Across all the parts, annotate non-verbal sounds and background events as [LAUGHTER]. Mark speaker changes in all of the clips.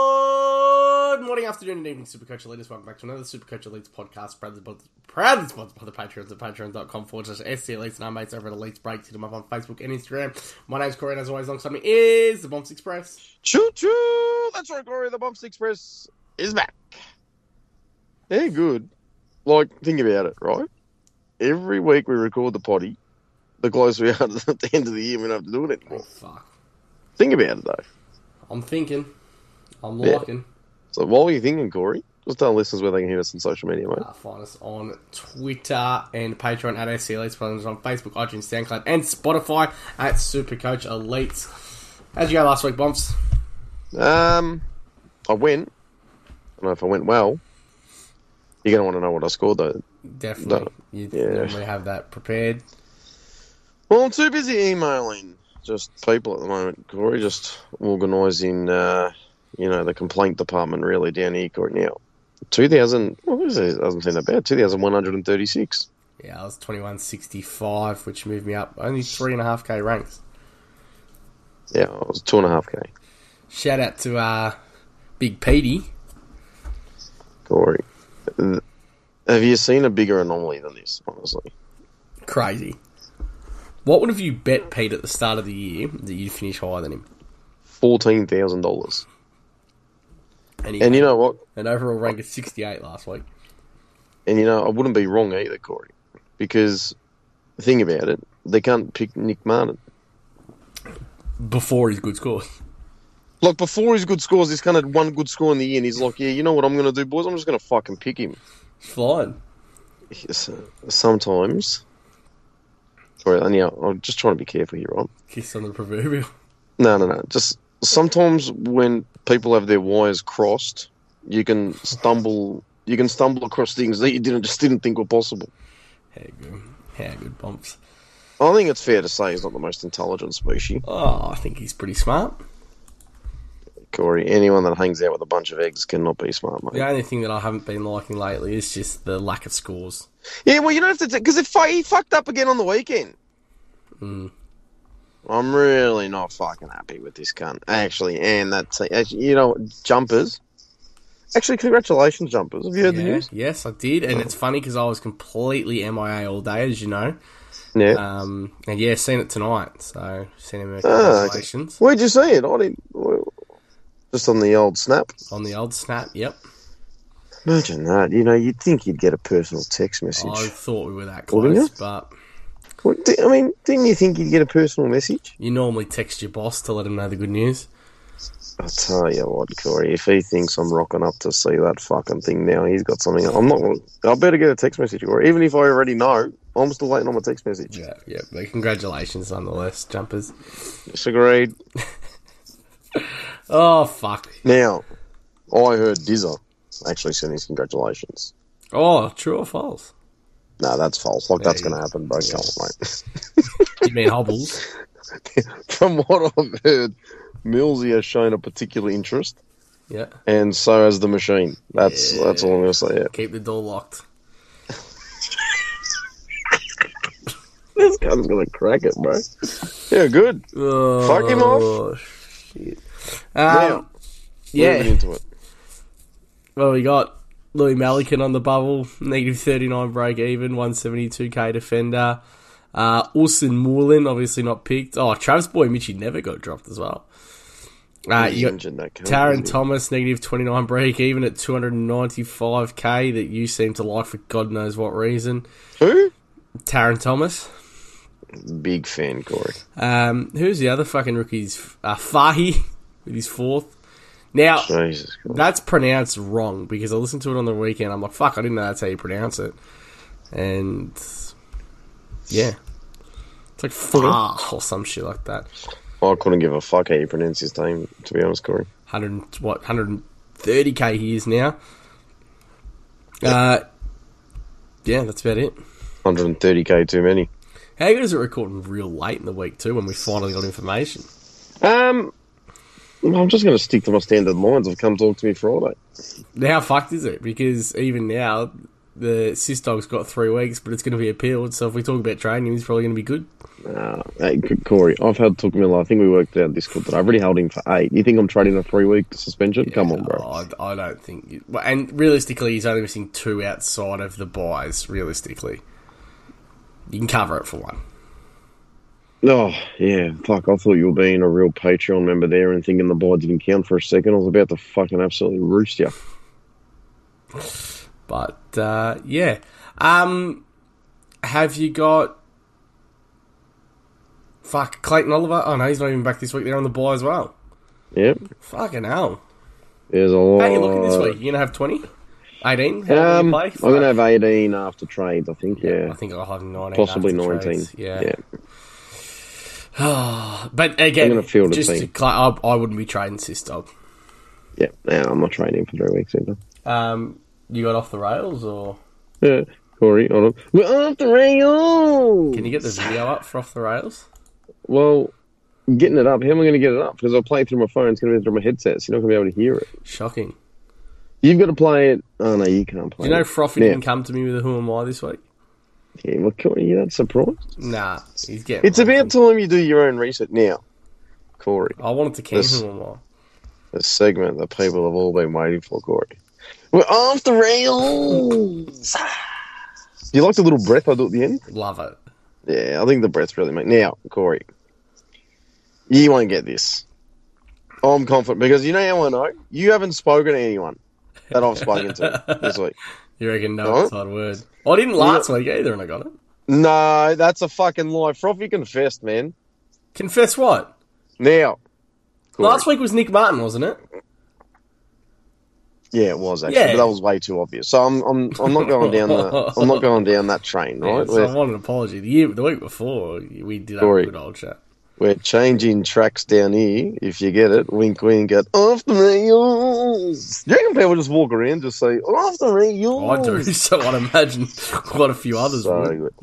Speaker 1: Good morning, afternoon, and evening, Supercoach Elites. Welcome back to another Supercoach Elites podcast, proudly sponsored, proudly sponsored by the Patreons at patreon.com forward slash SC Elites and our mates over at Elites Breaks. Hit them up on Facebook and Instagram. My name's Corey, and as always, alongside me is the Bombs Express.
Speaker 2: Choo choo! That's right, Corey. The Bumps Express is back. They're good. Like, think about it, right? Every week we record the potty, the closer we are [LAUGHS] to the end of the year, we don't have to do it
Speaker 1: Oh,
Speaker 2: anymore.
Speaker 1: fuck.
Speaker 2: Think about it, though.
Speaker 1: I'm thinking. I'm
Speaker 2: Yeah.
Speaker 1: liking.
Speaker 2: So, while you're thinking, Corey, just tell listeners where they can hear us on social media, mate.
Speaker 1: Uh, find us on Twitter and Patreon at SC Elites. Find us on Facebook, iTunes, SoundCloud, and Spotify at Supercoach Elites. How'd you go last week, Bombs?
Speaker 2: Um, I went. I don't know if I went well. You're going to want to know what I scored, though.
Speaker 1: Definitely. You
Speaker 2: Yeah.
Speaker 1: normally have that prepared.
Speaker 2: Well, I'm too busy emailing just people at the moment, Corey. Just organising, uh, you know, the complaint department really down here, Corey. Now, 2000, what was it? It doesn't seem that bad. 2136.
Speaker 1: Yeah, I was twenty one sixty five, which moved me up only three and a half k ranks.
Speaker 2: Yeah, it was two and a half K,
Speaker 1: Shout out to uh, Big Petey.
Speaker 2: Corey. Th- Have you seen a bigger anomaly than this, honestly?
Speaker 1: Crazy. What would have you bet, Pete, at the start of the year that you'd finish higher than him?
Speaker 2: $14,000.
Speaker 1: And, he
Speaker 2: And you know what?
Speaker 1: an overall rank of sixty eight last week.
Speaker 2: And you know, I wouldn't be wrong either, Corey. Because, think about it, they can't pick Nick Martin.
Speaker 1: Before his good scores.
Speaker 2: Like before his good scores, he's kind of one good score in the year, and he's like, "Yeah, you know what I'm going to do, boys? I'm just going to fucking pick him."
Speaker 1: Fine.
Speaker 2: Yes, uh, Sometimes, sorry, and yeah, I'm just trying to be careful here, right?
Speaker 1: Kiss on the proverbial.
Speaker 2: No, no, no. Just sometimes when people have their wires crossed, you can stumble. You can stumble across things that you didn't just didn't think were possible.
Speaker 1: How good. How good bumps.
Speaker 2: I think it's fair to say he's not the most intelligent species,
Speaker 1: Oh, I think he's pretty smart.
Speaker 2: Corey. Anyone that hangs out with a bunch of eggs cannot be smart, mate.
Speaker 1: The only thing that I haven't been liking lately is just the lack of scores.
Speaker 2: Yeah, well, you don't have to because if fu- he fucked up again on the weekend.
Speaker 1: Mm.
Speaker 2: I'm really not fucking happy with this cunt. Actually, and that te- actually, you know, jumpers. Actually, congratulations, jumpers. Have you heard the
Speaker 1: Yeah,
Speaker 2: news? Oh.
Speaker 1: yes, I did, and it's funny because I was completely MIA all day, as you know.
Speaker 2: Yeah.
Speaker 1: Um, and yeah, seen it tonight, so seen him
Speaker 2: Ah, okay.
Speaker 1: congratulations
Speaker 2: Where'd you see it? I didn't. Just on the old snap.
Speaker 1: on the old snap. Yep,
Speaker 2: Imagine that. You know, you'd think you'd get a personal text message.
Speaker 1: I thought we were that
Speaker 2: Wouldn't
Speaker 1: close,
Speaker 2: you?
Speaker 1: but
Speaker 2: What- di- I mean, didn't you think you'd get a personal message?
Speaker 1: you normally text your boss to let him know the good news.
Speaker 2: I tell you what, Corey. If he thinks I'm rocking up to see that fucking thing now, he's got something. I'm not. I better get a text message, or even if I already know, I'm still waiting on my text message.
Speaker 1: Yeah, yeah, but congratulations nonetheless, jumpers.
Speaker 2: Disagreed.
Speaker 1: Oh fuck!
Speaker 2: Now, I heard Dizzer actually sent his congratulations.
Speaker 1: Oh, true or false?
Speaker 2: No, that's false. Like, that's
Speaker 1: Yeah,
Speaker 2: going to happen, bro.
Speaker 1: yeah.
Speaker 2: Come on, mate.
Speaker 1: You mean hobbles?
Speaker 2: [LAUGHS] From what I've heard, Millsy has shown a particular interest,
Speaker 1: Yeah,
Speaker 2: and so has the machine. That's
Speaker 1: Yeah.
Speaker 2: that's all I'm going to say. Yeah.
Speaker 1: keep the door locked.
Speaker 2: This guy's going to crack it, bro. Yeah, good.
Speaker 1: Oh,
Speaker 2: Fuck him off.
Speaker 1: Shit. Um,
Speaker 2: Now,
Speaker 1: yeah.
Speaker 2: moving into it.
Speaker 1: Well, we got Louis Malikan on the bubble, negative 39 break even, 172k defender. Uh, Orson Moorland, obviously not picked. Oh, Travis Boy Mitchie never got dropped as well. Uh,
Speaker 2: He's
Speaker 1: you got
Speaker 2: injured, that cunt,
Speaker 1: Taron
Speaker 2: isn't he?
Speaker 1: Thomas, negative 29 break even at 295k that you seem to like for God knows what reason. Taron Thomas.
Speaker 2: Who? Big fan, Corey.
Speaker 1: Um, who's the other fucking rookies? Uh, Fahi with his fourth. Now,
Speaker 2: Jesus Christ.
Speaker 1: That's pronounced wrong because I listened to it on the weekend. I'm like, fuck, I didn't know that's how you pronounce it. And yeah, it's like far or some shit like that.
Speaker 2: Oh, I couldn't give a fuck how you pronounce his name, to be honest, Corey.
Speaker 1: Hundred and- what, hundred and thirty k he is now. Uh, yeah, that's about it.
Speaker 2: 130k too many.
Speaker 1: How good is it recording real late in the week too when we finally got information?
Speaker 2: Um, I'm just going to stick to my standard lines. I've come talk to me Friday.
Speaker 1: Now, how fucked is it? Because even now, the Sistog's got three weeks, but it's going to be appealed. So if we talk about training, he's probably going to be good.
Speaker 2: Uh, hey, C- Corey, I've had Took Miller. I think we worked out this court that I've already held him for eight. You think I'm trading a three week suspension? Come on, bro.
Speaker 1: Oh, I, I don't think. You, well, and realistically, he's only missing two outside of the buys. Realistically, you can cover it for one.
Speaker 2: Oh, yeah. Fuck, I thought you were being a real Patreon member there and thinking the buy didn't count for a second. I was about to fucking absolutely roost you.
Speaker 1: But uh, yeah, um, have you got? Fuck, Clayton Oliver. Oh no, he's not even back this week. They're on the buy as well.
Speaker 2: Yep.
Speaker 1: Fucking hell.
Speaker 2: There's a lot.
Speaker 1: How are you looking this week? You gonna have 20? 18? How many
Speaker 2: Uh, Um,
Speaker 1: play?
Speaker 2: I'm going to have 18 after trades, I think, yeah.
Speaker 1: I think I'll have 19.
Speaker 2: Possibly
Speaker 1: after
Speaker 2: 19.
Speaker 1: trades. Yeah.
Speaker 2: Yeah.
Speaker 1: But again,
Speaker 2: I'm gonna field a
Speaker 1: just
Speaker 2: team.
Speaker 1: to cla I, I wouldn't be trading Sistog.
Speaker 2: Yeah. No, I'm not trading for three weeks either.
Speaker 1: Um, you got off the rails, or
Speaker 2: Yeah. Corey, hold on. We're off the rails!
Speaker 1: can you get the video up for off the rails?
Speaker 2: Well, getting it up, how am I going to get it up? Because I'll play it through my phone. It's going to be through my headset, so you're not going to be able to hear it.
Speaker 1: Shocking.
Speaker 2: You've got to play it. Oh, no, you can't play
Speaker 1: You know,
Speaker 2: it.
Speaker 1: Froffy
Speaker 2: Yeah.
Speaker 1: didn't come to me with a who am I this week.
Speaker 2: Yeah, well, Corey, you're not surprised.
Speaker 1: Nah, he's getting.
Speaker 2: It's about time you do your own research now, Corey.
Speaker 1: I wanted to cancel
Speaker 2: This-
Speaker 1: who am I.
Speaker 2: The segment that people have all been waiting for, Corey. We're off the rails. You like the little breath I do at the end?
Speaker 1: Love it.
Speaker 2: Yeah, I think the breath really makes. Now, Corey, you won't get this. I'm confident because you know how I know you haven't spoken to anyone that I've spoken to this week.
Speaker 1: You reckon no
Speaker 2: Huh?
Speaker 1: outside word? I didn't last week either, and I got it.
Speaker 2: [LAUGHS] No, that's a fucking lie. Froffy confessed, man.
Speaker 1: Confess what?
Speaker 2: Now, Corey.
Speaker 1: Last week was Nick Martin, wasn't it?
Speaker 2: Yeah, it was actually,
Speaker 1: Yeah.
Speaker 2: but that was way too obvious. So I'm I'm I'm not going down the I'm not going down that train, [LAUGHS] right?
Speaker 1: Yeah, so I
Speaker 2: we're,
Speaker 1: want an apology. The year, the week before, we did have a
Speaker 2: Corey.
Speaker 1: good old chat.
Speaker 2: we're changing tracks down here. If you get it, wink, wink. At off the rails. Do you reckon people just walk around just say off the rails?
Speaker 1: I do, [LAUGHS] so I'd imagine quite a few others
Speaker 2: So
Speaker 1: would.
Speaker 2: good.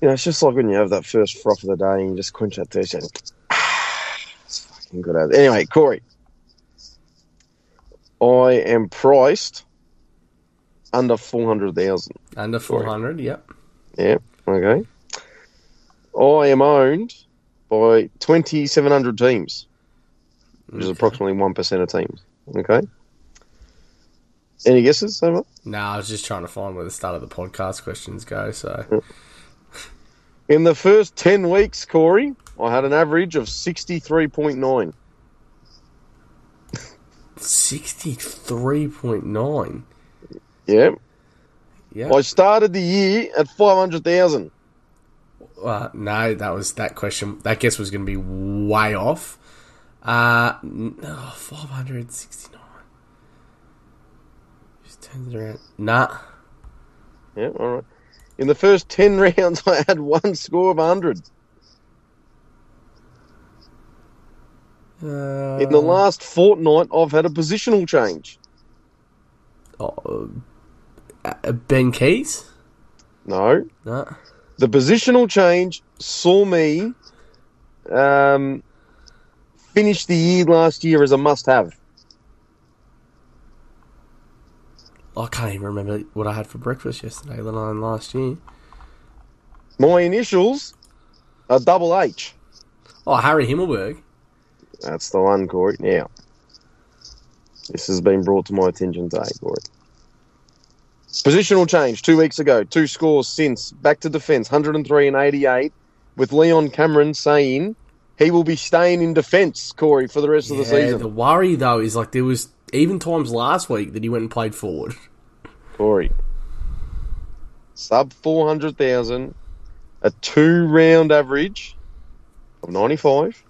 Speaker 2: You know, it's just like when you have that first froth of the day and you just quench that thirst. And, [SIGHS] it's fucking good. Out. Anyway, Corey, I am priced under four hundred thousand.
Speaker 1: Under 400, yep.
Speaker 2: Yeah. Okay. I am owned by 2,700 teams, which is approximately 1% of teams. Okay. Any guesses so far?
Speaker 1: Nah, I was just trying to find where the start of the podcast questions go, so.
Speaker 2: In the first 10 weeks, Corey, I had an average of 63.9.
Speaker 1: 63.9.
Speaker 2: Yeah.
Speaker 1: Yeah.
Speaker 2: I started the year at 500,000.
Speaker 1: Uh, no, that was that question. That guess was going to be way off. Uh, n- oh, 569. Just turns it around. Nah.
Speaker 2: Yeah. All right. In the first 10 [LAUGHS] rounds, I had one score of 100.
Speaker 1: Uh,
Speaker 2: In the last fortnight, I've had a positional change.
Speaker 1: oh, uh, Ben Keys?
Speaker 2: No.
Speaker 1: No.
Speaker 2: the positional change saw me um, finish the year last year as a must-have.
Speaker 1: I can't even remember what I had for breakfast yesterday, let alone last year.
Speaker 2: My initials are double H.
Speaker 1: Oh, Harry Himmelberg.
Speaker 2: That's the one, Corey. Now, this has been brought to my attention today, Corey. Positional change two weeks ago. Two scores since. Back to defence, 103 and 88, with Leon Cameron saying he will be staying in defence, Corey, for the rest of the
Speaker 1: Yeah,
Speaker 2: season.
Speaker 1: the worry though is like there was even times last week that he went and played forward.
Speaker 2: Corey. Sub 400,000, a two round average of 95.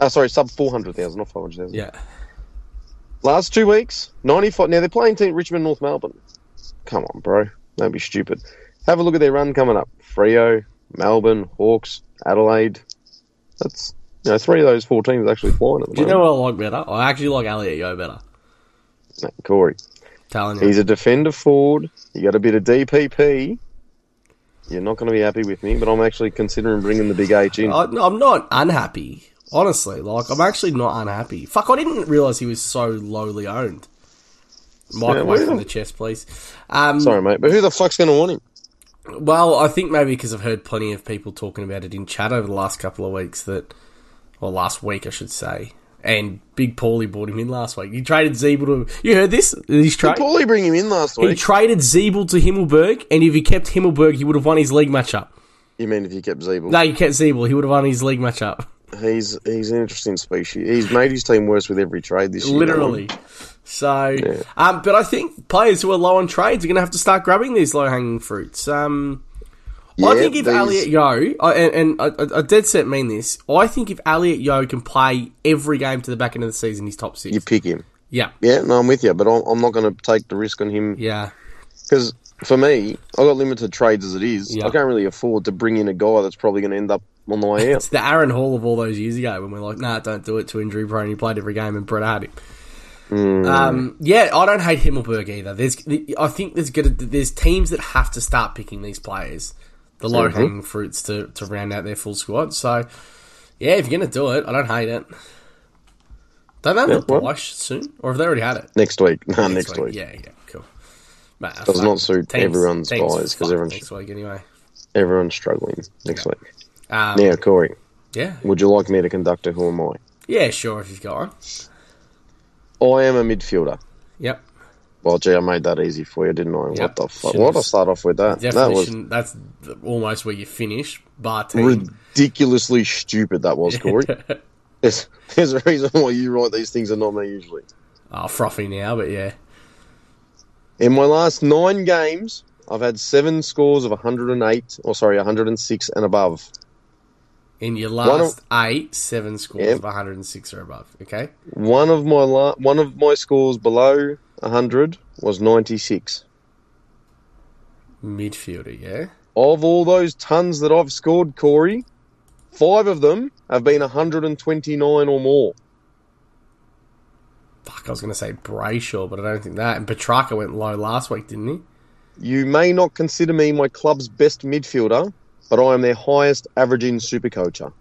Speaker 2: Oh, sorry, sub 400,000, not 500,000.
Speaker 1: Yeah.
Speaker 2: Last two weeks, 95. Now they're playing team Richmond, North Melbourne. Come on, bro. Don't be stupid. Have a look at their run coming up. Frio, Melbourne, Hawks, Adelaide. That's, you know, three of those four teams are actually flying at the
Speaker 1: Do you know
Speaker 2: moment.
Speaker 1: what I like better? I actually like Elliot Yo better.
Speaker 2: Corey.
Speaker 1: Telling you.
Speaker 2: He's a defender forward. You got a bit of DPP. You're not going to be happy with me, but I'm actually considering bringing the big H in.
Speaker 1: I, no, I'm not unhappy. Honestly, like I'm actually not unhappy. Fuck, I didn't realize he was so lowly owned. Mike
Speaker 2: Yeah,
Speaker 1: away from
Speaker 2: well-
Speaker 1: the chest, please. Um,
Speaker 2: Sorry, mate, but who the fuck's going to want him?
Speaker 1: Well, I think maybe because I've heard plenty of people talking about it in chat over the last couple of weeks that, or last week, I should say. And Big Paulie bought him in last week. He traded Zeeble to. You heard this? He's tra-
Speaker 2: Did Paulie bring him in last
Speaker 1: he
Speaker 2: week?
Speaker 1: traded Zeeble to Himmelberg, and if he kept Himmelberg, he would have won his league matchup.
Speaker 2: You mean if you kept Zeeble?
Speaker 1: No, he kept Zeeble, he would have won his league matchup.
Speaker 2: He's he's an interesting species. He's made his team worse with every trade this year.
Speaker 1: Literally. So, um, but I think players who are low on trades are going to have to start grabbing these low hanging fruits. Um, I
Speaker 2: Yeah,
Speaker 1: think if
Speaker 2: these-
Speaker 1: Elliot Yo, I, and, and I, I- I dead set mean this, I think if Elliot Yo can play every game to the back end of the season, he's top six.
Speaker 2: You pick him.
Speaker 1: Yeah.
Speaker 2: Yeah, no, I'm with you, but I'm, I'm not going to take the risk on him
Speaker 1: Yeah.
Speaker 2: because for me, I got limited trades as it is.
Speaker 1: Yeah.
Speaker 2: I can't really afford to bring in a guy that's probably going to end up on the way out.
Speaker 1: It's the Aaron Hall of all those years ago when we're like, nah, don't do it to injury prone. He played every game and Brett had him.
Speaker 2: Hmm.
Speaker 1: Um, yeah, I don't hate Himmelberg either. There's, I think there's gonna there's teams that have to start picking these players, the low hanging fruits to, to round out their full squad. So, yeah, if you're gonna do it, I don't hate it. Don't they have the
Speaker 2: well-
Speaker 1: Bosch soon, or have they already had it?
Speaker 2: next week, [LAUGHS] no, next, week.
Speaker 1: Yeah, yeah, cool. Mate, fuck,
Speaker 2: Does not suit everyone's buys, 'cause
Speaker 1: fuck
Speaker 2: everyone's-
Speaker 1: next week anyway.
Speaker 2: Everyone's struggling next week.
Speaker 1: Um,
Speaker 2: Now, Corey,
Speaker 1: yeah,
Speaker 2: would you like me to conduct a Who Am I?
Speaker 1: yeah, sure. If you've got one,
Speaker 2: I am a midfielder.
Speaker 1: yep.
Speaker 2: Well, gee, I made that easy for you, didn't I?
Speaker 1: Yep.
Speaker 2: What the fuck?
Speaker 1: Should've-
Speaker 2: Why did I start off with that? That was
Speaker 1: Definition. That's th- almost where you finish. Bar team.
Speaker 2: ridiculously stupid. That
Speaker 1: [LAUGHS]
Speaker 2: was Corey. There's, there's a reason why you write these things and not me usually.
Speaker 1: oh, frothy now, but yeah.
Speaker 2: In my last nine games, I've had seven scores of 108, or sorry, 106 and above.
Speaker 1: In your
Speaker 2: of-
Speaker 1: last eight, seven scores
Speaker 2: Yep.
Speaker 1: of 106 or above. Okay.
Speaker 2: One of my la- one of my scores below 100 was 96.
Speaker 1: Midfielder, yeah.
Speaker 2: Of all those tons that I've scored, Corey, five of them have been 129 or more.
Speaker 1: Fuck, I was going to say Brayshaw, but I don't think that. And Petrarca went low last week, didn't he?
Speaker 2: You may not consider me my club's best midfielder, but I am their highest averaging supercoacher.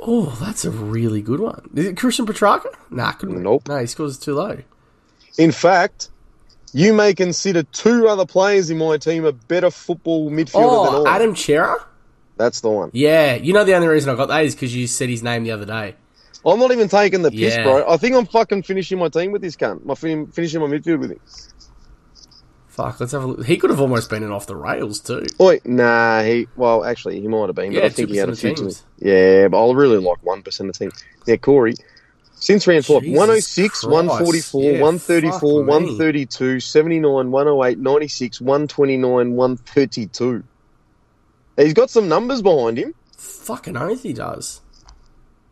Speaker 1: Oh, that's a really good one. Is it Christian Petrarca? Nah, couldn't. be.
Speaker 2: Nope.
Speaker 1: No, he scores too low.
Speaker 2: In fact, you may consider two other players in my team a better football midfielder
Speaker 1: Oh,
Speaker 2: than I.
Speaker 1: Adam Chera?
Speaker 2: That's the one.
Speaker 1: Yeah. You know the only reason I got that is because you said his name the other day.
Speaker 2: I'm not even taking the piss,
Speaker 1: Yeah.
Speaker 2: bro. I think I'm fucking finishing my team with this cunt. My fin- finishing my midfield with him.
Speaker 1: Fuck, let's have a look. He could have almost been an off the rails too.
Speaker 2: Oi, nah, he. Well, actually, he might have been, but
Speaker 1: Yeah,
Speaker 2: I think he had a
Speaker 1: 2%
Speaker 2: few.
Speaker 1: of
Speaker 2: too many.
Speaker 1: teams.
Speaker 2: Yeah, but I'll really like one percent of teams. Yeah, Corey. Since round oh five,
Speaker 1: Jesus
Speaker 2: 106,
Speaker 1: Christ.
Speaker 2: 144,
Speaker 1: Yeah,
Speaker 2: 134,
Speaker 1: fuck me.
Speaker 2: 132, 79, 108, 96, 129, 132. He's got some numbers behind him.
Speaker 1: Fucking oath he does.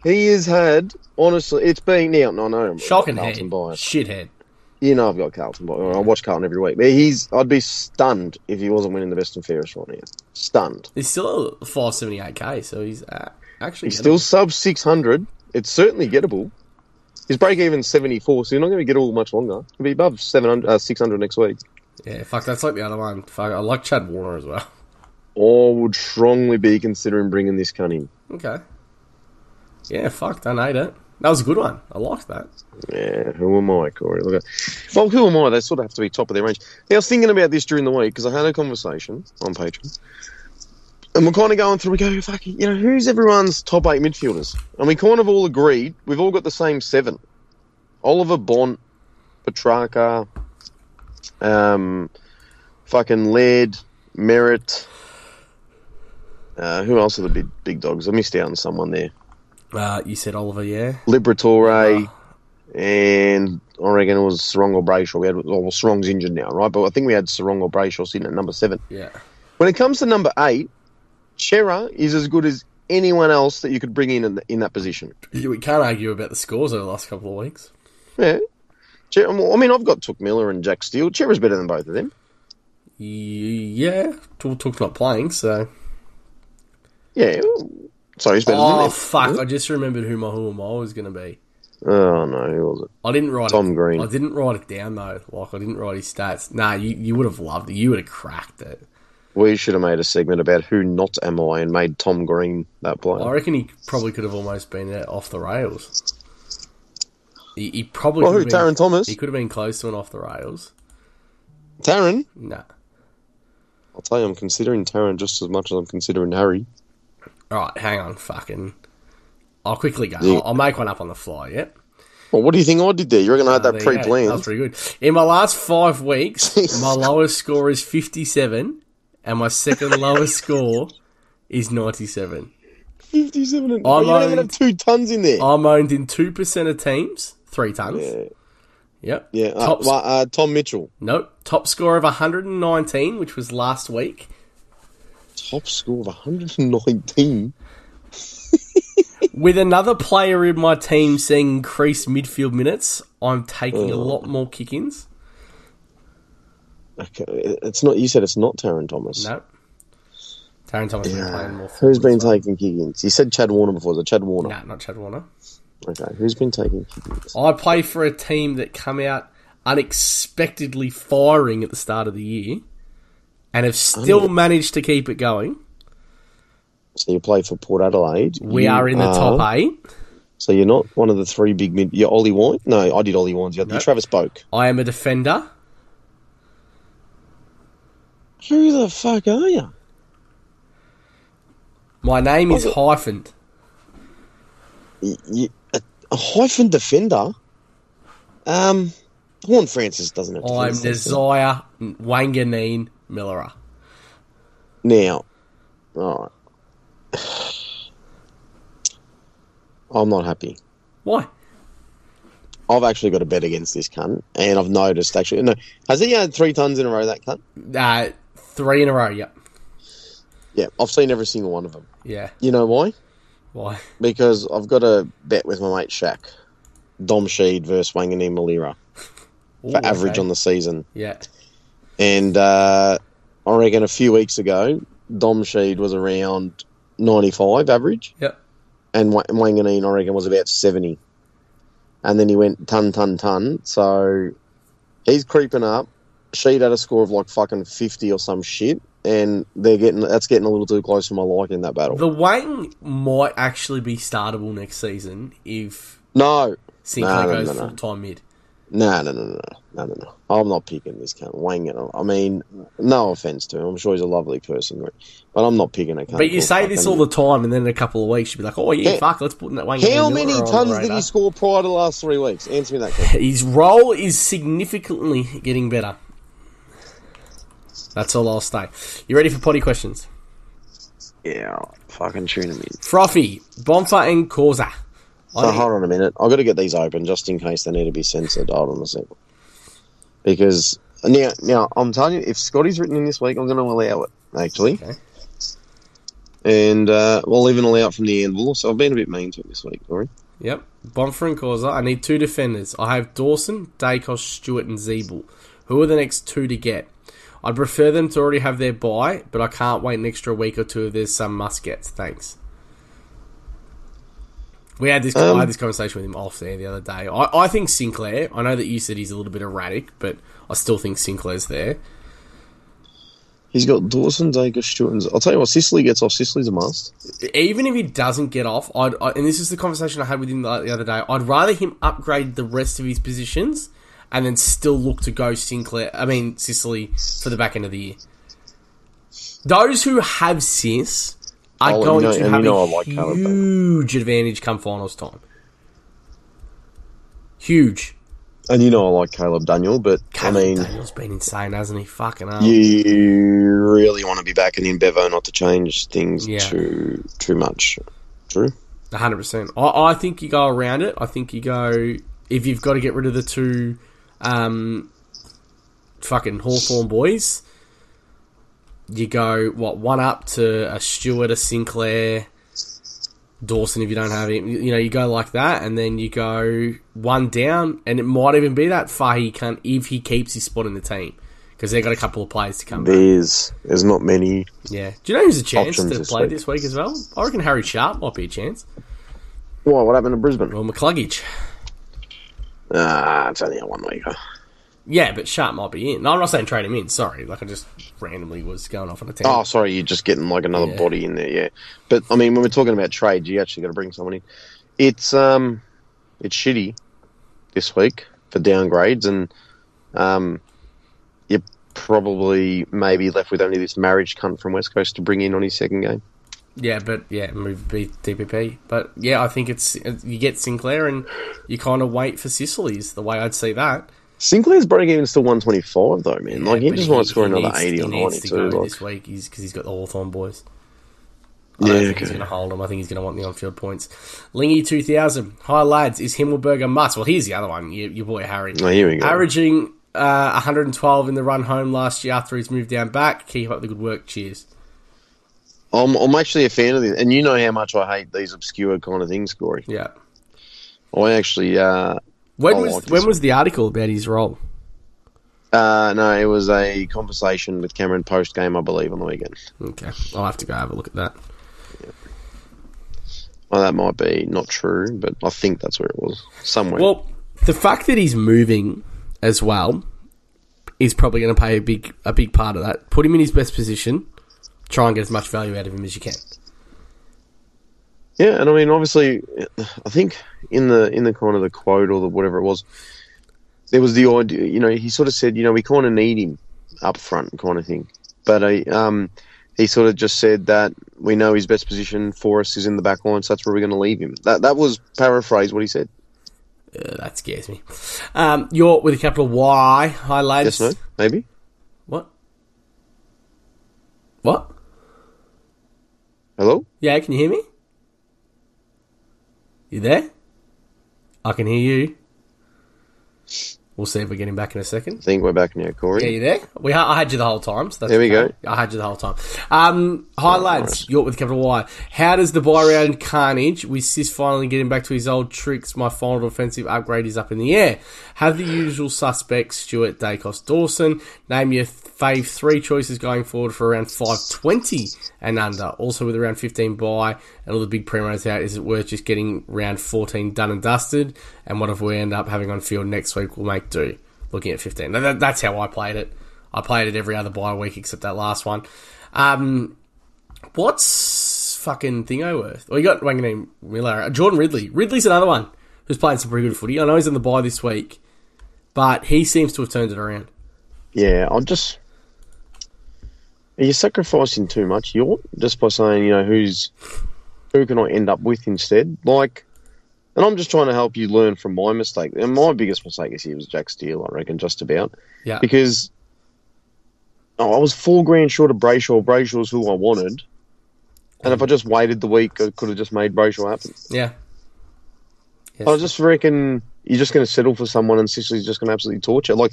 Speaker 2: He has had, honestly, it's been now. No, no, I've got
Speaker 1: Shocking head.
Speaker 2: Carlton bias.
Speaker 1: Shithead.
Speaker 2: You know, I've got Carlton bias. I watch Carlton every week, but he's. I'd be stunned if he wasn't winning the best and fairest right now. Stunned.
Speaker 1: He's still at 578k, so he's uh, actually.
Speaker 2: He's still sub six hundred. It's certainly gettable. His break even seventy four, so you're not going to get all much longer. He'll be above 700, uh, 600 next week.
Speaker 1: Yeah, fuck, that's like the other one. Fuck, I like Chad Warner as well. [LAUGHS]
Speaker 2: I would strongly be considering bringing this cunt in.
Speaker 1: Okay. Yeah, fuck, don't hate it. That was a good one. I liked that.
Speaker 2: Yeah, who am I, Corey? Look at, well, who am I? They sort of have to be top of their range. Now, I was thinking about this during the week because I had a conversation on Patreon, and we're kind of going through. We go, fuck, you know, who's everyone's top eight midfielders? And we kind of all agreed we've all got the same seven: Oliver Bont, Petrarca, um, fucking Laird, Merritt. Uh, who else are the big big dogs? I missed out on someone there.
Speaker 1: Uh, you said Oliver, yeah? Uh,
Speaker 2: Liberatore, and I reckon it was Sarong or Brayshaw. We had oh, well, Sarong's injured now, right? But I think we had Sarong or Brayshaw sitting at number seven.
Speaker 1: Yeah.
Speaker 2: When it comes to number eight, Chera is as good as anyone else that you could bring in in, in that position.
Speaker 1: You- We can't argue about the scores over the last couple of weeks.
Speaker 2: Yeah. Che- I mean, I've got Took Miller and Jack Steele. Chera's better than both of them.
Speaker 1: Y- Yeah, Tool Took's not playing, so.
Speaker 2: Yeah. So he's better
Speaker 1: Oh,
Speaker 2: than them.
Speaker 1: fuck, I just remembered who my Who Am I was going to be.
Speaker 2: Oh, no. Who was it?
Speaker 1: I didn't write
Speaker 2: Tom
Speaker 1: it.
Speaker 2: Green.
Speaker 1: I didn't write it down though. Like I didn't write his stats. Nah, you, you would have loved it. You would have cracked it.
Speaker 2: We should have made a segment about who not am I and made Tom Green that player.
Speaker 1: I reckon he probably could have almost been uh, off the rails. He, he probably
Speaker 2: Well, who?
Speaker 1: could have been,
Speaker 2: Darren Thomas?
Speaker 1: he could have been close to an off the rails.
Speaker 2: Taryn?
Speaker 1: Nah.
Speaker 2: I'll tell you, I'm considering Taryn just as much as I'm considering Harry.
Speaker 1: All right, hang on, fucking. I'll quickly go.
Speaker 2: Yeah.
Speaker 1: I'll, I'll make one up on the fly. Yep.
Speaker 2: Well, what do you think I did there? You reckon I had
Speaker 1: Uh,
Speaker 2: that
Speaker 1: there you go. That was
Speaker 2: pre-planned?
Speaker 1: pretty good. In my last five
Speaker 2: [LAUGHS]
Speaker 1: weeks,
Speaker 2: Jesus.
Speaker 1: my lowest score is 57, and my second lowest score is 97.
Speaker 2: 57 and...
Speaker 1: I'm
Speaker 2: you don't
Speaker 1: only-
Speaker 2: even have two tons in there.
Speaker 1: I'm owned in 2% of teams, three tons.
Speaker 2: Yeah.
Speaker 1: Yep.
Speaker 2: Yeah, uh,
Speaker 1: Top,
Speaker 2: well, uh, Tom Mitchell.
Speaker 1: Nope. Top score of 119, which was last week.
Speaker 2: Top score of 119.
Speaker 1: With another player in my team seeing increased midfield minutes, I'm taking a
Speaker 2: Mm.
Speaker 1: lot more kick ins.
Speaker 2: Okay, it- it's not. You said it's not Taryn Thomas.
Speaker 1: No. Taryn Thomas has been playing more.
Speaker 2: Who's
Speaker 1: forwards.
Speaker 2: been taking Higgins? You said Chad Warner before. Is it Chad Warner?
Speaker 1: Nah, not Chad Warner.
Speaker 2: Okay, who's been taking Higgins?
Speaker 1: I play for a team that come out unexpectedly firing at the start of the year and have still
Speaker 2: Mm.
Speaker 1: managed to keep it going.
Speaker 2: So you play for Port Adelaide.
Speaker 1: We
Speaker 2: You
Speaker 1: are in the top eight.
Speaker 2: So you're not one of the three big mid. You're Ollie Wine. No, I did Ollie Wines. You're
Speaker 1: Nope.
Speaker 2: Travis Boak.
Speaker 1: I am a defender.
Speaker 2: Who the fuck are you?
Speaker 1: My name
Speaker 2: Oh.
Speaker 1: is hyphened.
Speaker 2: Y- you a, a hyphen defender. Um, Horn Francis doesn't have.
Speaker 1: I'm
Speaker 2: defence, does he?
Speaker 1: Desire Wanganeen Millera.
Speaker 2: Now, all right. I'm not happy.
Speaker 1: Why?
Speaker 2: I've actually got a bet against this cunt, and I've noticed actually. No, has he had three tons in a row? That cunt.
Speaker 1: Uh, three in a row, yep.
Speaker 2: Yeah, I've seen every single one of them.
Speaker 1: Yeah.
Speaker 2: You know why?
Speaker 1: Why?
Speaker 2: Because I've got a bet with my mate Shaq, Dom Sheed versus Wangani Malira
Speaker 1: Ooh,
Speaker 2: for average
Speaker 1: okay.
Speaker 2: on the season,
Speaker 1: Yeah.
Speaker 2: and uh, I reckon a few weeks ago, Dom Sheed was around 95 average.
Speaker 1: Yep.
Speaker 2: and Wa- Wanganeen, I reckon, was about 70. And then he went ton, ton, ton. So he's creeping up. She'd had a score of like fucking 50 or some shit. And they're getting that's getting a little too close for my liking in that battle.
Speaker 1: The Wang might actually be startable next season if
Speaker 2: no,
Speaker 1: Sinclair
Speaker 2: no,
Speaker 1: goes
Speaker 2: no, no.
Speaker 1: full time mid.
Speaker 2: no, no, no, no, no, no, no. I'm not picking this cunt. Wangan. I mean, no offense to him. I'm sure he's a lovely person, but I'm not picking a cunt.
Speaker 1: But you
Speaker 2: called
Speaker 1: say this all
Speaker 2: fucking-
Speaker 1: the time, and then in a couple of weeks, you'll be like, "Oh yeah,
Speaker 2: How-
Speaker 1: fuck, let's put in that Wayne."
Speaker 2: How many tons did he score prior to the last three weeks? Answer me that question.
Speaker 1: His role is significantly getting better. That's all I'll say. You ready for potty questions?
Speaker 2: [LAUGHS] Yeah, fucking tune him in.
Speaker 1: Froffy, Bonfa, and Causa. I
Speaker 2: Oh,
Speaker 1: don't-
Speaker 2: hold on a minute. I've got to get these open just in case they need to be censored. Hold on a sec. Because now, now I'm telling you, if Scotty's written in this week, I'm going to allow it actually,
Speaker 1: Okay.
Speaker 2: and uh, we'll even allow it from the anvil. So I've been a bit mean to it this week, Corey.
Speaker 1: Yep, Bonfa and Causa. I need two defenders. I have Dawson, Dacos, Stewart, and Zeeble. Who are the next two to get? I'd prefer them to already have their buy, but I can't wait an extra week or two if there's some muskets. Thanks. We had this. I
Speaker 2: Um,
Speaker 1: had this conversation with him off there the other day. I, I think Sinclair. I know that you said he's a little bit erratic, but I still think Sinclair's there.
Speaker 2: He's got Dawson, Dacre, Stewart. and- I'll tell you what, Sicily gets off. Sicily's a must.
Speaker 1: Even if he doesn't get off, I'd, I, and this is the conversation I had with him the, the other day. I'd rather him upgrade the rest of his positions and then still look to go Sinclair. I mean Sicily for the back end of the year. Those who have Sis are
Speaker 2: Oh, and
Speaker 1: going
Speaker 2: you know- and
Speaker 1: to
Speaker 2: you
Speaker 1: have
Speaker 2: know
Speaker 1: a
Speaker 2: I like Caleb Bailey.
Speaker 1: huge advantage come finals time. Huge.
Speaker 2: And you know I like Caleb Daniel, but
Speaker 1: Caleb
Speaker 2: I mean,
Speaker 1: Daniel's been insane, hasn't he? Fucking hell.
Speaker 2: you really want to be back in Bevo not to change things
Speaker 1: Yeah.
Speaker 2: too too much. True.
Speaker 1: A hundred percent. I I think you go around it. I think you go if you've got to get rid of the two, um, fucking Hawthorn boys. You go what one up to a Stewart, a Sinclair, Dawson. If you don't have him, you you know you go like that, and then you go one down, and it might even be that Fahy can if he keeps his spot in the team because they've got a couple of players to come. back.
Speaker 2: There's there's not many
Speaker 1: Yeah. Do you know who's a chance
Speaker 2: Options
Speaker 1: to
Speaker 2: this
Speaker 1: play
Speaker 2: week.
Speaker 1: this week as well? I reckon Harry Sharp might be a chance.
Speaker 2: Why? What happened to Brisbane?
Speaker 1: Well, McCluggage.
Speaker 2: Ah, it's only a one weeker.
Speaker 1: Yeah, but Sharp might be in. No, I'm not saying trade him in. Sorry, like I just randomly was going off on a
Speaker 2: Oh,
Speaker 1: tangent.
Speaker 2: sorry, you're just getting like another
Speaker 1: Yeah.
Speaker 2: body in there, yeah. But I mean, when we're talking about trade, you actually got to bring someone in. It's um, it's shitty. this week for downgrades, and um, you're probably maybe left with only this marriage cunt from West Coast to bring in on his second game.
Speaker 1: Yeah, but yeah, move B- DPP. But yeah, I think it's uh, you get Sinclair and you kind of wait for Sicily's the way I'd see that.
Speaker 2: Sinclair's break even still 125 though, man. like he
Speaker 1: but
Speaker 2: just might score
Speaker 1: he
Speaker 2: another
Speaker 1: needs-
Speaker 2: 80
Speaker 1: he
Speaker 2: or
Speaker 1: needs
Speaker 2: 90
Speaker 1: to
Speaker 2: too.
Speaker 1: go
Speaker 2: Like,
Speaker 1: this week because he's got the Hawthorn boys. I
Speaker 2: yeah,
Speaker 1: don't think he's
Speaker 2: okay.
Speaker 1: going to hold him. I think he's going to want the on-field points. Lingy two thousand. Hi lads, is Himmelberg a must? Well, here's the other one. Your, your boy Harry,
Speaker 2: Oh, here we go.
Speaker 1: averaging uh, 112 in the run home last year after he's moved down back. Keep up the good work. Cheers.
Speaker 2: I'm, I'm actually a fan of this, and you know how much I hate these obscure kind of things, Corey.
Speaker 1: Yeah.
Speaker 2: I actually, uh,
Speaker 1: When
Speaker 2: I
Speaker 1: was
Speaker 2: like this
Speaker 1: when was the article about his role?
Speaker 2: uh, no, it was a conversation with Cameron post game, I believe, on the weekend.
Speaker 1: Okay, I'll have to go have a look at that.
Speaker 2: Well, that might be not true, but I think that's where it was. Somewhere.
Speaker 1: Well, the fact that he's moving as well is probably going to play a big a big part of that. Put him in his best position. Try and get as much value out of him as you can.
Speaker 2: yeah, and I mean, obviously, I think in the in the kind of the quote or the whatever it was, there was the idea. You know, he sort of said, you know, we kind of need him up front, kind of thing. But I, um, he sort of just said that we know his best position for us is in the back line, so that's where we're going to leave him. That that was paraphrase what he said.
Speaker 1: Uh, that scares me. Um, York with a capital Y. Hi, lads.
Speaker 2: Yes, no, maybe.
Speaker 1: What? What?
Speaker 2: Hello.
Speaker 1: Yeah, can you hear me? You there? I can hear you. We'll see if we get him back in a second.
Speaker 2: I think we're back now, Corey.
Speaker 1: Yeah, you there? We ha- I had you the whole time. So that's
Speaker 2: There we
Speaker 1: okay. I had you the whole time. Um, hi, lads. York with capital Y. How does the buy round carnage with Sis finally getting back to his old tricks? My final offensive upgrade is up in the air. Have the usual suspects, Stuart, Dacos, Dawson. Name your fave three choices going forward for around 520 and under. Also, with around 15 buy and all the big premos out, is it worth just getting round 14 done and dusted? And what if we end up having on field next week? We'll make do looking at 15. Now, that, that's how I played it. I played it every other bye week except that last one. Um, what's fucking thingo worth? Well, you got Wanganeen Miller. Jordan Ridley. Ridley's another one who's playing some pretty good footy. I know he's in the bye this week, but he seems to have turned it around.
Speaker 2: Yeah, I'm just. Are you sacrificing too much, York, just by saying, you know, who's who can I end up with instead? Like, and I'm just trying to help you learn from my mistake. And my biggest mistake this year was Jack Steele, I reckon, just about
Speaker 1: Yeah.
Speaker 2: because oh, I was four grand short of Brayshaw. Brayshaw's who I wanted, and if I just waited the week, I could have just made Brayshaw happen.
Speaker 1: Yeah.
Speaker 2: I just reckon you're just going to settle for someone, and Sicily's just going to absolutely torture. Like,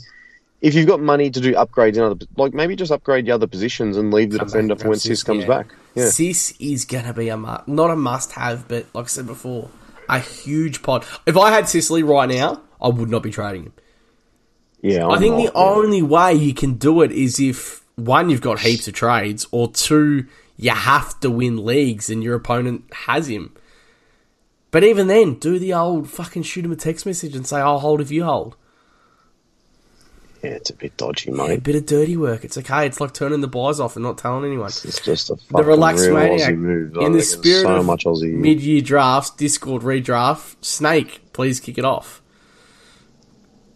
Speaker 2: if you've got money to do upgrades in other, like maybe just upgrade your other positions and leave the
Speaker 1: Come back
Speaker 2: defender
Speaker 1: and
Speaker 2: for when
Speaker 1: grab Sis,
Speaker 2: Sis comes
Speaker 1: yeah.
Speaker 2: back. Yeah,
Speaker 1: Sis is going to be a mu- not a must have, but like I said before, a huge pod. If I had Sicily right now, I would not be trading him.
Speaker 2: yeah.
Speaker 1: I think the only way you can do it is if one, you've got heaps of trades, or two, you have to win leagues and your opponent has him. But even then, do the old fucking shoot him a text message and say, I'll hold if you hold.
Speaker 2: yeah, it's a bit dodgy,
Speaker 1: A
Speaker 2: mate.
Speaker 1: bit of dirty work. It's okay. It's like turning the buys off and not telling anyone.
Speaker 2: It's just a fucking
Speaker 1: relaxed
Speaker 2: real
Speaker 1: maniac.
Speaker 2: Aussie move. though.
Speaker 1: In the
Speaker 2: There's
Speaker 1: spirit
Speaker 2: so
Speaker 1: of
Speaker 2: much Aussie.
Speaker 1: Mid year drafts, Discord redraft, Snake, please kick it off.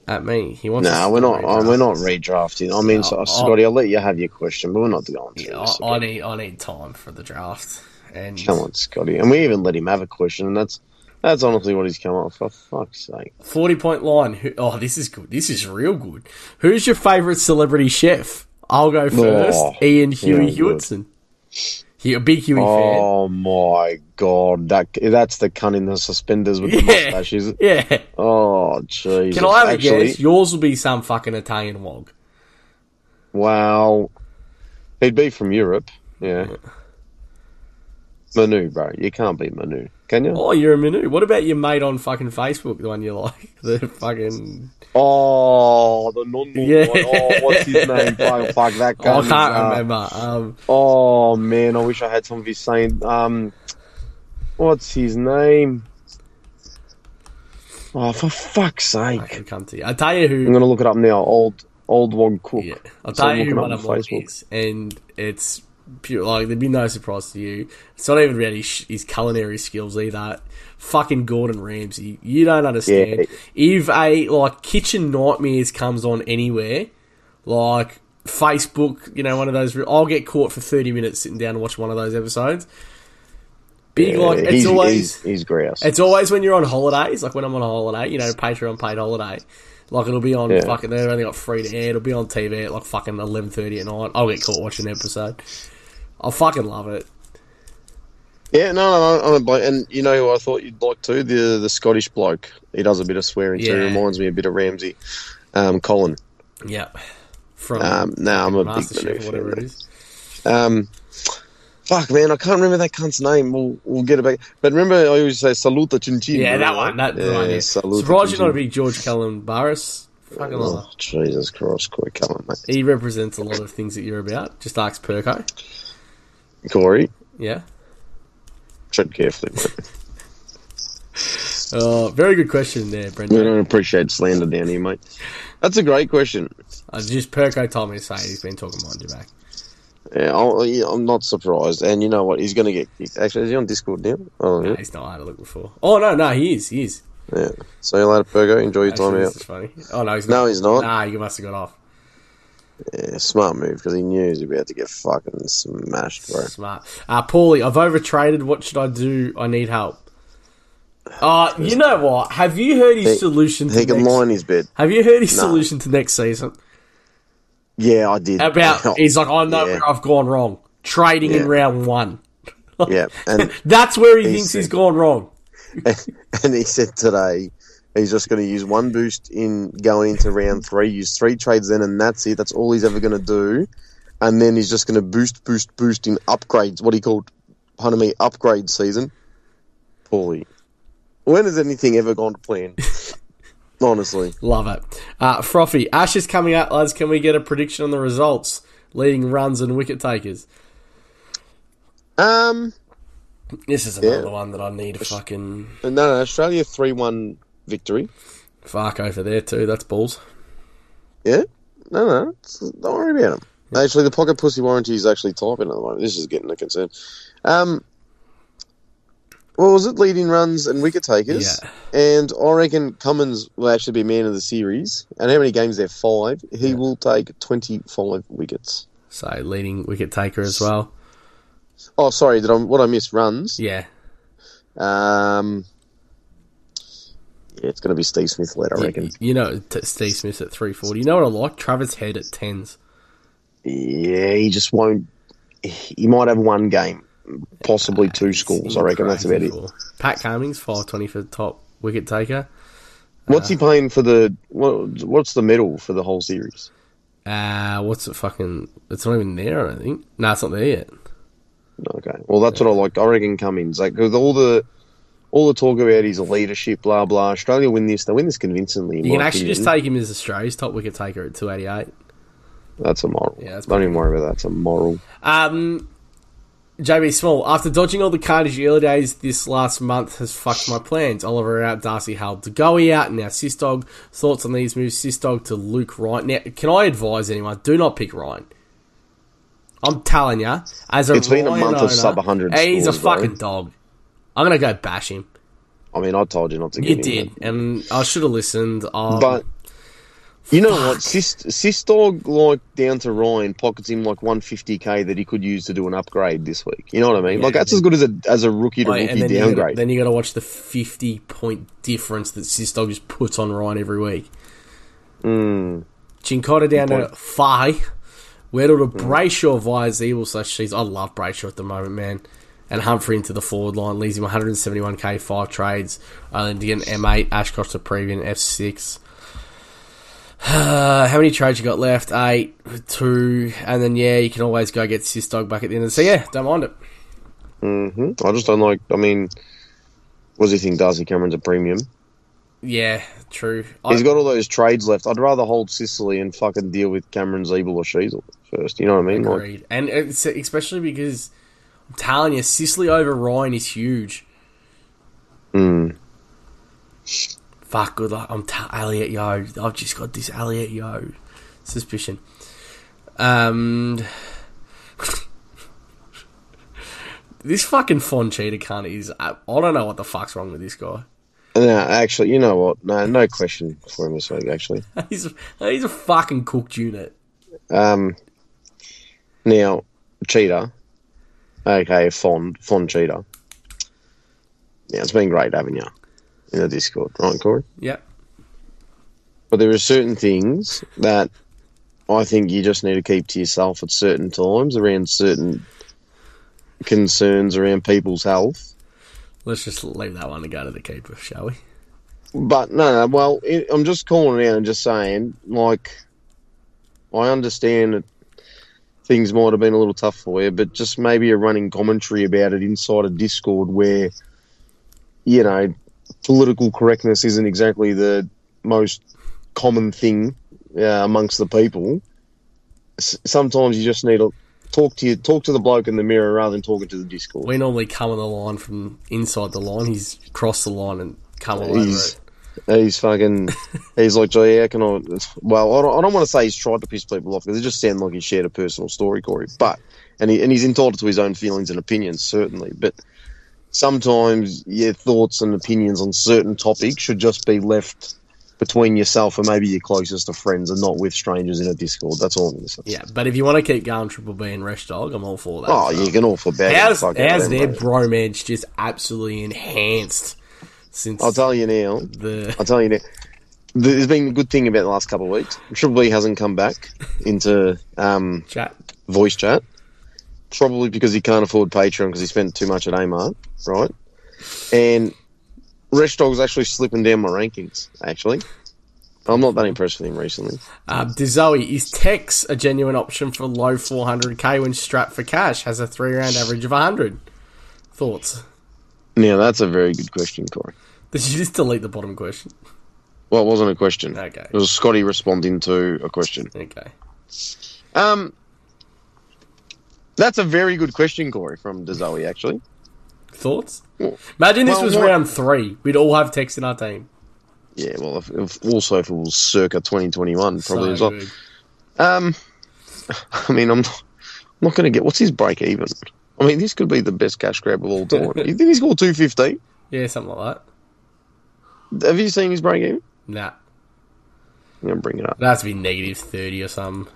Speaker 1: At me. He wants
Speaker 2: no,
Speaker 1: us to
Speaker 2: we're not. uh,
Speaker 1: redraft.
Speaker 2: we're not redrafting. I mean, so,
Speaker 1: I-
Speaker 2: Scotty, I'll let you have your question, but we're not going through
Speaker 1: oh. I,
Speaker 2: this.
Speaker 1: I need, I need time for the draft. And
Speaker 2: Come on, Scotty, and we even let him have a question, and that's that's honestly what he's come up for. Fuck's sake.
Speaker 1: 40 point line. Who, oh, this is good. This is real good. Who's your favourite celebrity chef? I'll go first. Ian Huey
Speaker 2: Oh, yeah, good.
Speaker 1: Hewitson. He, a big Huey
Speaker 2: Oh my god, that that's the cunt in the suspenders with the
Speaker 1: Yeah.
Speaker 2: mustaches.
Speaker 1: fan. Yeah.
Speaker 2: Oh Jesus!
Speaker 1: Can I have a
Speaker 2: Actually,
Speaker 1: guess? Yours will be some fucking Italian wog.
Speaker 2: Wow, he'd be from Europe. Yeah, Manu, bro, you can't be Manu, can you?
Speaker 1: Oh, you're a menu. What about your mate on fucking Facebook, the one you like? [LAUGHS] The fucking.
Speaker 2: Oh, the non.
Speaker 1: Yeah. Oh,
Speaker 2: one. Oh, what's
Speaker 1: [LAUGHS]
Speaker 2: his name? Fuck, fuck that guy.
Speaker 1: I
Speaker 2: is,
Speaker 1: can't
Speaker 2: uh,
Speaker 1: remember. Um,
Speaker 2: Oh man, I wish I had some of his saying. Um, what's his name? Oh, for fuck's
Speaker 1: I
Speaker 2: sake!
Speaker 1: can come to you. I'll tell you
Speaker 2: I'm
Speaker 1: who.
Speaker 2: gonna look it up now. Old old one cook.
Speaker 1: Yeah, I'll
Speaker 2: So
Speaker 1: tell
Speaker 2: I'm
Speaker 1: you
Speaker 2: looking
Speaker 1: who
Speaker 2: up
Speaker 1: one
Speaker 2: on
Speaker 1: of mine
Speaker 2: Facebook.
Speaker 1: is, and it's pure, like there'd be no surprise to you. It's not even about his, his culinary skills either. Fucking Gordon Ramsay, you don't understand. If a like kitchen nightmares comes on anywhere, like Facebook, you know, one of those, I'll get caught for thirty minutes sitting down and watching one of those episodes. Big
Speaker 2: Yeah,
Speaker 1: like it's
Speaker 2: he's,
Speaker 1: always
Speaker 2: he's, he's grouse.
Speaker 1: it's always when you're on holidays, like when I'm on a holiday, you know, Patreon paid holiday. Like it'll be on
Speaker 2: Yeah.
Speaker 1: fucking. They've only got free to air. It'll be on TV at like fucking eleven thirty at night. I'll get caught watching an episode. I fucking love it.
Speaker 2: Yeah, no, no, no, I don't blame. And you know who I thought you'd like too? The the Scottish bloke. He does a bit of swearing too.
Speaker 1: Yeah.
Speaker 2: Reminds me a bit of Ramsey, um, Colin.
Speaker 1: Yep. From
Speaker 2: Um, no, I'm a big
Speaker 1: MasterChef or whatever it
Speaker 2: fan.
Speaker 1: is.
Speaker 2: Um, fuck man, I can't remember that cunt's name. We'll we'll get it back. But remember, I always say saluta chin chin.
Speaker 1: Yeah, that
Speaker 2: right?
Speaker 1: one. That
Speaker 2: Yeah,
Speaker 1: right. Yeah.
Speaker 2: saluta
Speaker 1: Surprised
Speaker 2: chin
Speaker 1: you're not a
Speaker 2: chin.
Speaker 1: big George Cullen Barris. Fucking love
Speaker 2: Oh, Jesus Christ, Corey, come on, mate.
Speaker 1: it. He represents a lot of things that you're about. Just ask Perko.
Speaker 2: Corey,
Speaker 1: Yeah.
Speaker 2: tread carefully. Mate.
Speaker 1: Uh, very good question there,
Speaker 2: We
Speaker 1: Brendan.
Speaker 2: don't appreciate slander down here, mate. That's a great question.
Speaker 1: Uh, just Perko told me to say it. he's been talking mind you back.
Speaker 2: Yeah, I'll, yeah, I'm not surprised. And you know what? He's going to get kicked. Actually, is he on Discord now? Oh, yeah.
Speaker 1: Nah, he's not hard to look before. Oh no, no, he is. He is.
Speaker 2: yeah. See you later, Pergo. Enjoy your time
Speaker 1: Actually,
Speaker 2: out.
Speaker 1: this is funny. Oh no, he's
Speaker 2: No,
Speaker 1: not.
Speaker 2: he's not.
Speaker 1: Nah, you must have got off.
Speaker 2: Yeah, smart move because he knew he was about to get fucking smashed, bro.
Speaker 1: Smart. Uh, Paulie, I've overtraded. What should I do? I need help. Uh, you know what? Have you heard his
Speaker 2: He-
Speaker 1: solution? To
Speaker 2: He can
Speaker 1: next,
Speaker 2: lie in his bed.
Speaker 1: Have you heard his
Speaker 2: No.
Speaker 1: solution to next season?
Speaker 2: Yeah, I did.
Speaker 1: About he's like, I know
Speaker 2: Yeah.
Speaker 1: where I've gone wrong. Trading
Speaker 2: Yeah.
Speaker 1: in round one.
Speaker 2: yeah,
Speaker 1: [LAUGHS]
Speaker 2: and
Speaker 1: That's where he thinks
Speaker 2: said-
Speaker 1: he's gone wrong.
Speaker 2: [LAUGHS] and he said today he's just going to use one boost in going into round three. Use three trades then, and that's it. That's all he's ever going to do. And then he's just going to boost, boost, boost in upgrades. What he called, pardon me, upgrade season. Paulie, when has anything ever gone to plan? Honestly,
Speaker 1: Love it. Uh, Frothy, Ash is coming out, lads. Can we get a prediction on the results? Leading runs and wicket takers.
Speaker 2: um,
Speaker 1: This is another one that I need to fucking
Speaker 2: no, no, Australia three one victory.
Speaker 1: Fuck over there too. That's balls.
Speaker 2: Yeah. No, no. it's- Don't worry about him. Actually, the pocket pussy warranty is actually typing at the moment. This is getting a concern. Um, well, was it leading runs and wicket takers?
Speaker 1: Yeah.
Speaker 2: And I reckon Cummins will actually be man of the series. And how many games there? Five. He will take 25 wickets.
Speaker 1: So leading wicket taker as well.
Speaker 2: Oh, sorry. Did I, what I miss? Runs.
Speaker 1: Yeah.
Speaker 2: Um, yeah, it's going to be Steve Smith led, I reckon.
Speaker 1: You, you know t- Steve Smith at three forty. You know what I like? Travis Head at tens.
Speaker 2: Yeah, he just won't. He might have one game, possibly
Speaker 1: Ah,
Speaker 2: two scores. I reckon that's about it.
Speaker 1: Pat Cummings five twenty for top wicket taker.
Speaker 2: What's he paying for the? What, what's the medal for the whole series?
Speaker 1: Uh what's it fucking? It's not even there. I don't think. No, it's not there yet.
Speaker 2: Okay, well that's what I like. I reckon Cummins, like with all the all the talk about his leadership, blah blah. Australia win this, they win this convincingly. in
Speaker 1: You can
Speaker 2: my
Speaker 1: actually just
Speaker 2: opinion.
Speaker 1: take him as Australia's top wicket taker at two eighty eight.
Speaker 2: That's a moral.
Speaker 1: Yeah, that's
Speaker 2: Don't even worry about that. It's a moral.
Speaker 1: Um, JB Small, after dodging all the carnage early days this last month has fucked my plans. Oliver out, Darcy Hull to go out, now Sistog. Thoughts on these moves, Sistog to Luke Ryan. Now, can I advise anyone, do not pick Ryan. I'm telling you, as a
Speaker 2: It's been a
Speaker 1: Ryan
Speaker 2: month of
Speaker 1: owner,
Speaker 2: sub 100
Speaker 1: He's a
Speaker 2: scores, bro.
Speaker 1: fucking dog. I'm gonna go bash him.
Speaker 2: I mean, I told you not to.
Speaker 1: You
Speaker 2: get
Speaker 1: did,
Speaker 2: him,
Speaker 1: and I should have listened. Um,
Speaker 2: but you know what? Sist- Sistog like down to Ryan pockets him like 150k that he could use to do an upgrade this week. You know what I mean? like that's as good as a as a rookie to
Speaker 1: Wait,
Speaker 2: rookie
Speaker 1: and then you, gotta,
Speaker 2: downgrade.
Speaker 1: then you gotta watch the 50 point difference that Sistog just puts on Ryan every week. Mm. Chincotta down
Speaker 2: Hmm. Good Hmm.
Speaker 1: at five. Weddle to Brayshaw via Zeeble slash cheese. I love Brayshaw at the moment, man. And Humphrey into the forward line leaves him 171k, five trades. Uh, Island again, M8, Ashcroft to Previan, F6. Uh, [SIGHS] how many trades you got left? Eight, two, and then yeah, you can always go get Sistog back at the end. of the So yeah, don't mind it.
Speaker 2: hmm I just don't like. I mean, what does he think? Darcy Cameron's a premium.
Speaker 1: Yeah, true.
Speaker 2: He's got all those trades left. I'd rather hold Sicily and fucking deal with Cameron Zeeble or Sheasel first. You know what I mean? Like,
Speaker 1: Agreed. And it's, especially because I'm telling you, Sicily over Ryan is huge. Fuck, good luck. I'm t- Elliot Yo. I've just got this Elliot Yo suspicion. Um, [LAUGHS] This fucking Fonchita cunt is. I, I don't know what the fuck's wrong with this guy. [LAUGHS]
Speaker 2: No, actually, you know what? No, no question for him this week. Actually,
Speaker 1: He's he's a fucking cooked unit.
Speaker 2: um, now cheater, okay, fond, fond cheater. Yeah, it's been great having you in the Discord, right, Corey?
Speaker 1: Yep.
Speaker 2: But there are certain things that I think you just need to keep to yourself at certain times around certain concerns around people's health.
Speaker 1: Let's just leave that one and go to the keeper, shall we?
Speaker 2: But no, no well, it, I'm just calling it out and just saying, like, I understand that things might have been a little tough for you, but just maybe a running commentary about it inside a Discord where, you know, political correctness isn't exactly the most common thing uh, amongst the people. S- sometimes you just need to talk to you, talk to the bloke in the mirror rather than talking to the Discord.
Speaker 1: We normally come on the line from inside the line. He's crossed the line and come all over
Speaker 2: He's
Speaker 1: it. [LAUGHS]
Speaker 2: he's fucking he's like Jay yeah, can I, well I don't, I don't want to say he's tried to piss people off because it just sounds like he shared a personal story Corey but and he, and he's entitled to his own feelings and opinions certainly but sometimes your thoughts and opinions on certain topics should just be left between yourself and maybe your closest of friends and not with strangers in a discord that's all I'm going to say
Speaker 1: Yeah, but if you want to keep going, Triple B and Resh Dog, I'm all for that.
Speaker 2: oh you can all for bad
Speaker 1: How's, how's their bromance just absolutely enhanced since
Speaker 2: I'll tell you now
Speaker 1: the
Speaker 2: I'll tell you that there's been a good thing about the last couple of weeks. Triple B hasn't come back into um,
Speaker 1: chat?
Speaker 2: voice chat, probably because he can't afford Patreon because he spent too much at Amart, right? And Resh Dog's actually slipping down my rankings, actually. I'm not that impressed with him recently.
Speaker 1: Um, DeZoe, is Tex a genuine option for low 400k when strapped for cash? Has a three round average of 100. Thoughts? [LAUGHS]
Speaker 2: Now, that's a very good question, Corey.
Speaker 1: Did you just delete the bottom question?
Speaker 2: Well, it wasn't a question.
Speaker 1: Okay.
Speaker 2: It was Scotty responding to a question.
Speaker 1: Okay.
Speaker 2: Um, that's a very good question, Corey, from Dezoe, actually.
Speaker 1: Thoughts? Imagine this
Speaker 2: well,
Speaker 1: was
Speaker 2: what-
Speaker 1: round three. We'd all have Tex in our team.
Speaker 2: Yeah, well, if, if also if it was circa 2021, probably
Speaker 1: So
Speaker 2: as well.
Speaker 1: good.
Speaker 2: Um, [LAUGHS] I mean, I'm not, I'm not going to get what's his break even. I mean, this could be the best cash grab of all time. you think he scored 250?
Speaker 1: Yeah, something like that.
Speaker 2: Have you seen his break even?
Speaker 1: Nah.
Speaker 2: I'm going to bring it up.
Speaker 1: That has to be negative 30 or something.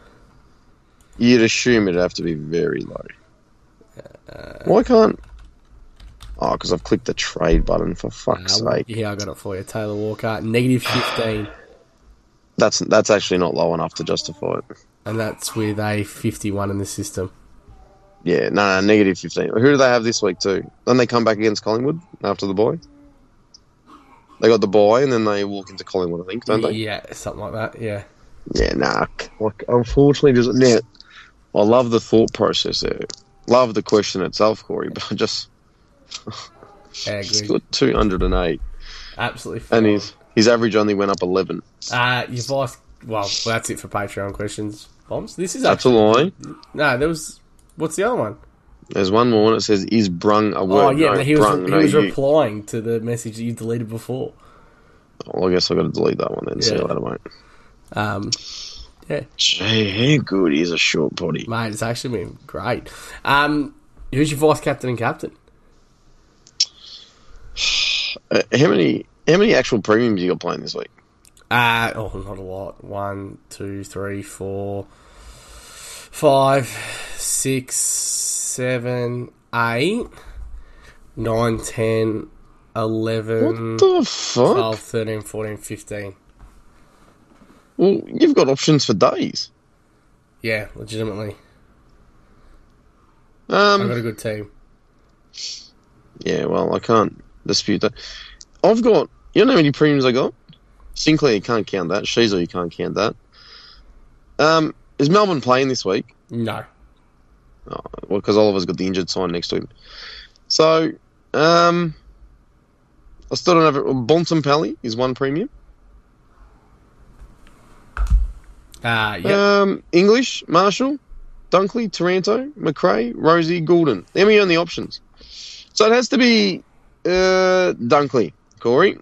Speaker 2: You'd assume it'd have to be very low. Why can't? Oh, because I've clicked the trade button for fuck's
Speaker 1: Uh,
Speaker 2: sake.
Speaker 1: yeah, I got it for you. Taylor Walker, negative 15.
Speaker 2: That's that's actually not low enough to justify it.
Speaker 1: And that's with a 51 in the system.
Speaker 2: Yeah, no, no, negative 15. Who do they have this week, too? Then they come back against Collingwood after the bye. They got the bye, and then they walk into Collingwood, I think, don't they?
Speaker 1: Yeah, something like that. Yeah.
Speaker 2: Yeah, nah. c- Like, unfortunately, doesn't yeah, I love the thought process there. Love the question itself, Corey, but [LAUGHS] I just
Speaker 1: Yeah, agreed.
Speaker 2: got 208,
Speaker 1: Absolutely.
Speaker 2: and
Speaker 1: fine.
Speaker 2: his, his average only went up 11.
Speaker 1: Uh, you've asked. Well, that's it for Patreon questions. Bombs. This is
Speaker 2: That's a
Speaker 1: actually
Speaker 2: lie.
Speaker 1: no. There was. What's the other one?
Speaker 2: There's one more, and it says, Is brung a word?
Speaker 1: oh yeah,
Speaker 2: no,
Speaker 1: but he was
Speaker 2: brung,
Speaker 1: he
Speaker 2: no,
Speaker 1: was
Speaker 2: you-
Speaker 1: replying to the message that you deleted before.
Speaker 2: Well, I guess I've got to delete that one then. See
Speaker 1: Yeah.
Speaker 2: you later, mate.
Speaker 1: Um,
Speaker 2: Gee, how good is a short potty?
Speaker 1: mate, it's actually been great. Um, who's your vice captain and captain?
Speaker 2: Uh, how many how many actual premiums you got playing this week?
Speaker 1: Uh, oh, not a lot. One, two, three, four, five, six, seven, eight, nine, ten,
Speaker 2: What
Speaker 1: eleven,
Speaker 2: the fuck?
Speaker 1: Mm, twelve, thirteen, fourteen, fifteen.
Speaker 2: Well, you've got options for days.
Speaker 1: Yeah, legitimately. I've got
Speaker 2: Um,
Speaker 1: a good team.
Speaker 2: yeah, well, I can't dispute that. I've got. You don't know how many premiums I got. Sinclair, you can't count that. Shizo, you can't count that. Um, is Melbourne playing this week?
Speaker 1: No.
Speaker 2: Oh, well, because Oliver's got the injured sign next to him. So, um, I still don't have it. Bonson Pally is one premium.
Speaker 1: Uh, yeah.
Speaker 2: Um, English, Marshall, Dunkley, Taranto, McRae, Rosie, Goulden. They're my only options. So it has to be uh, Dunkley, Corey,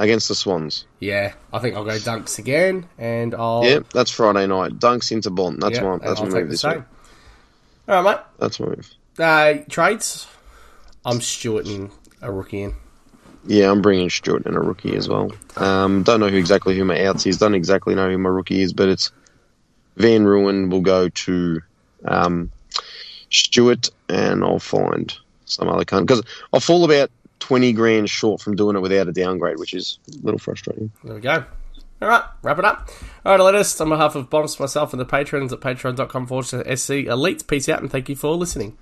Speaker 2: against the Swans.
Speaker 1: yeah. I think I'll go dunks again, and I'll.
Speaker 2: Yeah, that's Friday night. Dunks into Bond. That's
Speaker 1: Oh. yeah,
Speaker 2: my
Speaker 1: and
Speaker 2: that's
Speaker 1: I'll
Speaker 2: my
Speaker 1: take
Speaker 2: move
Speaker 1: the
Speaker 2: this
Speaker 1: same.
Speaker 2: week.
Speaker 1: All right, mate.
Speaker 2: That's my move.
Speaker 1: Uh, trades. I'm Stewart and a rookie in.
Speaker 2: Yeah, I'm bringing Stewart and a rookie as well. Um, don't know who exactly who my outs is. Don't exactly know who my rookie is, but it's Van Ruin will go to um, Stewart, and I'll find some other kind because I'll fall about twenty grand short from doing it without a downgrade, which is a little frustrating.
Speaker 1: There we go. All right, wrap it up. All right, latest on behalf of Bombs, myself, and the patrons at patreon.com forward slash SC Elite, peace out and thank you for listening.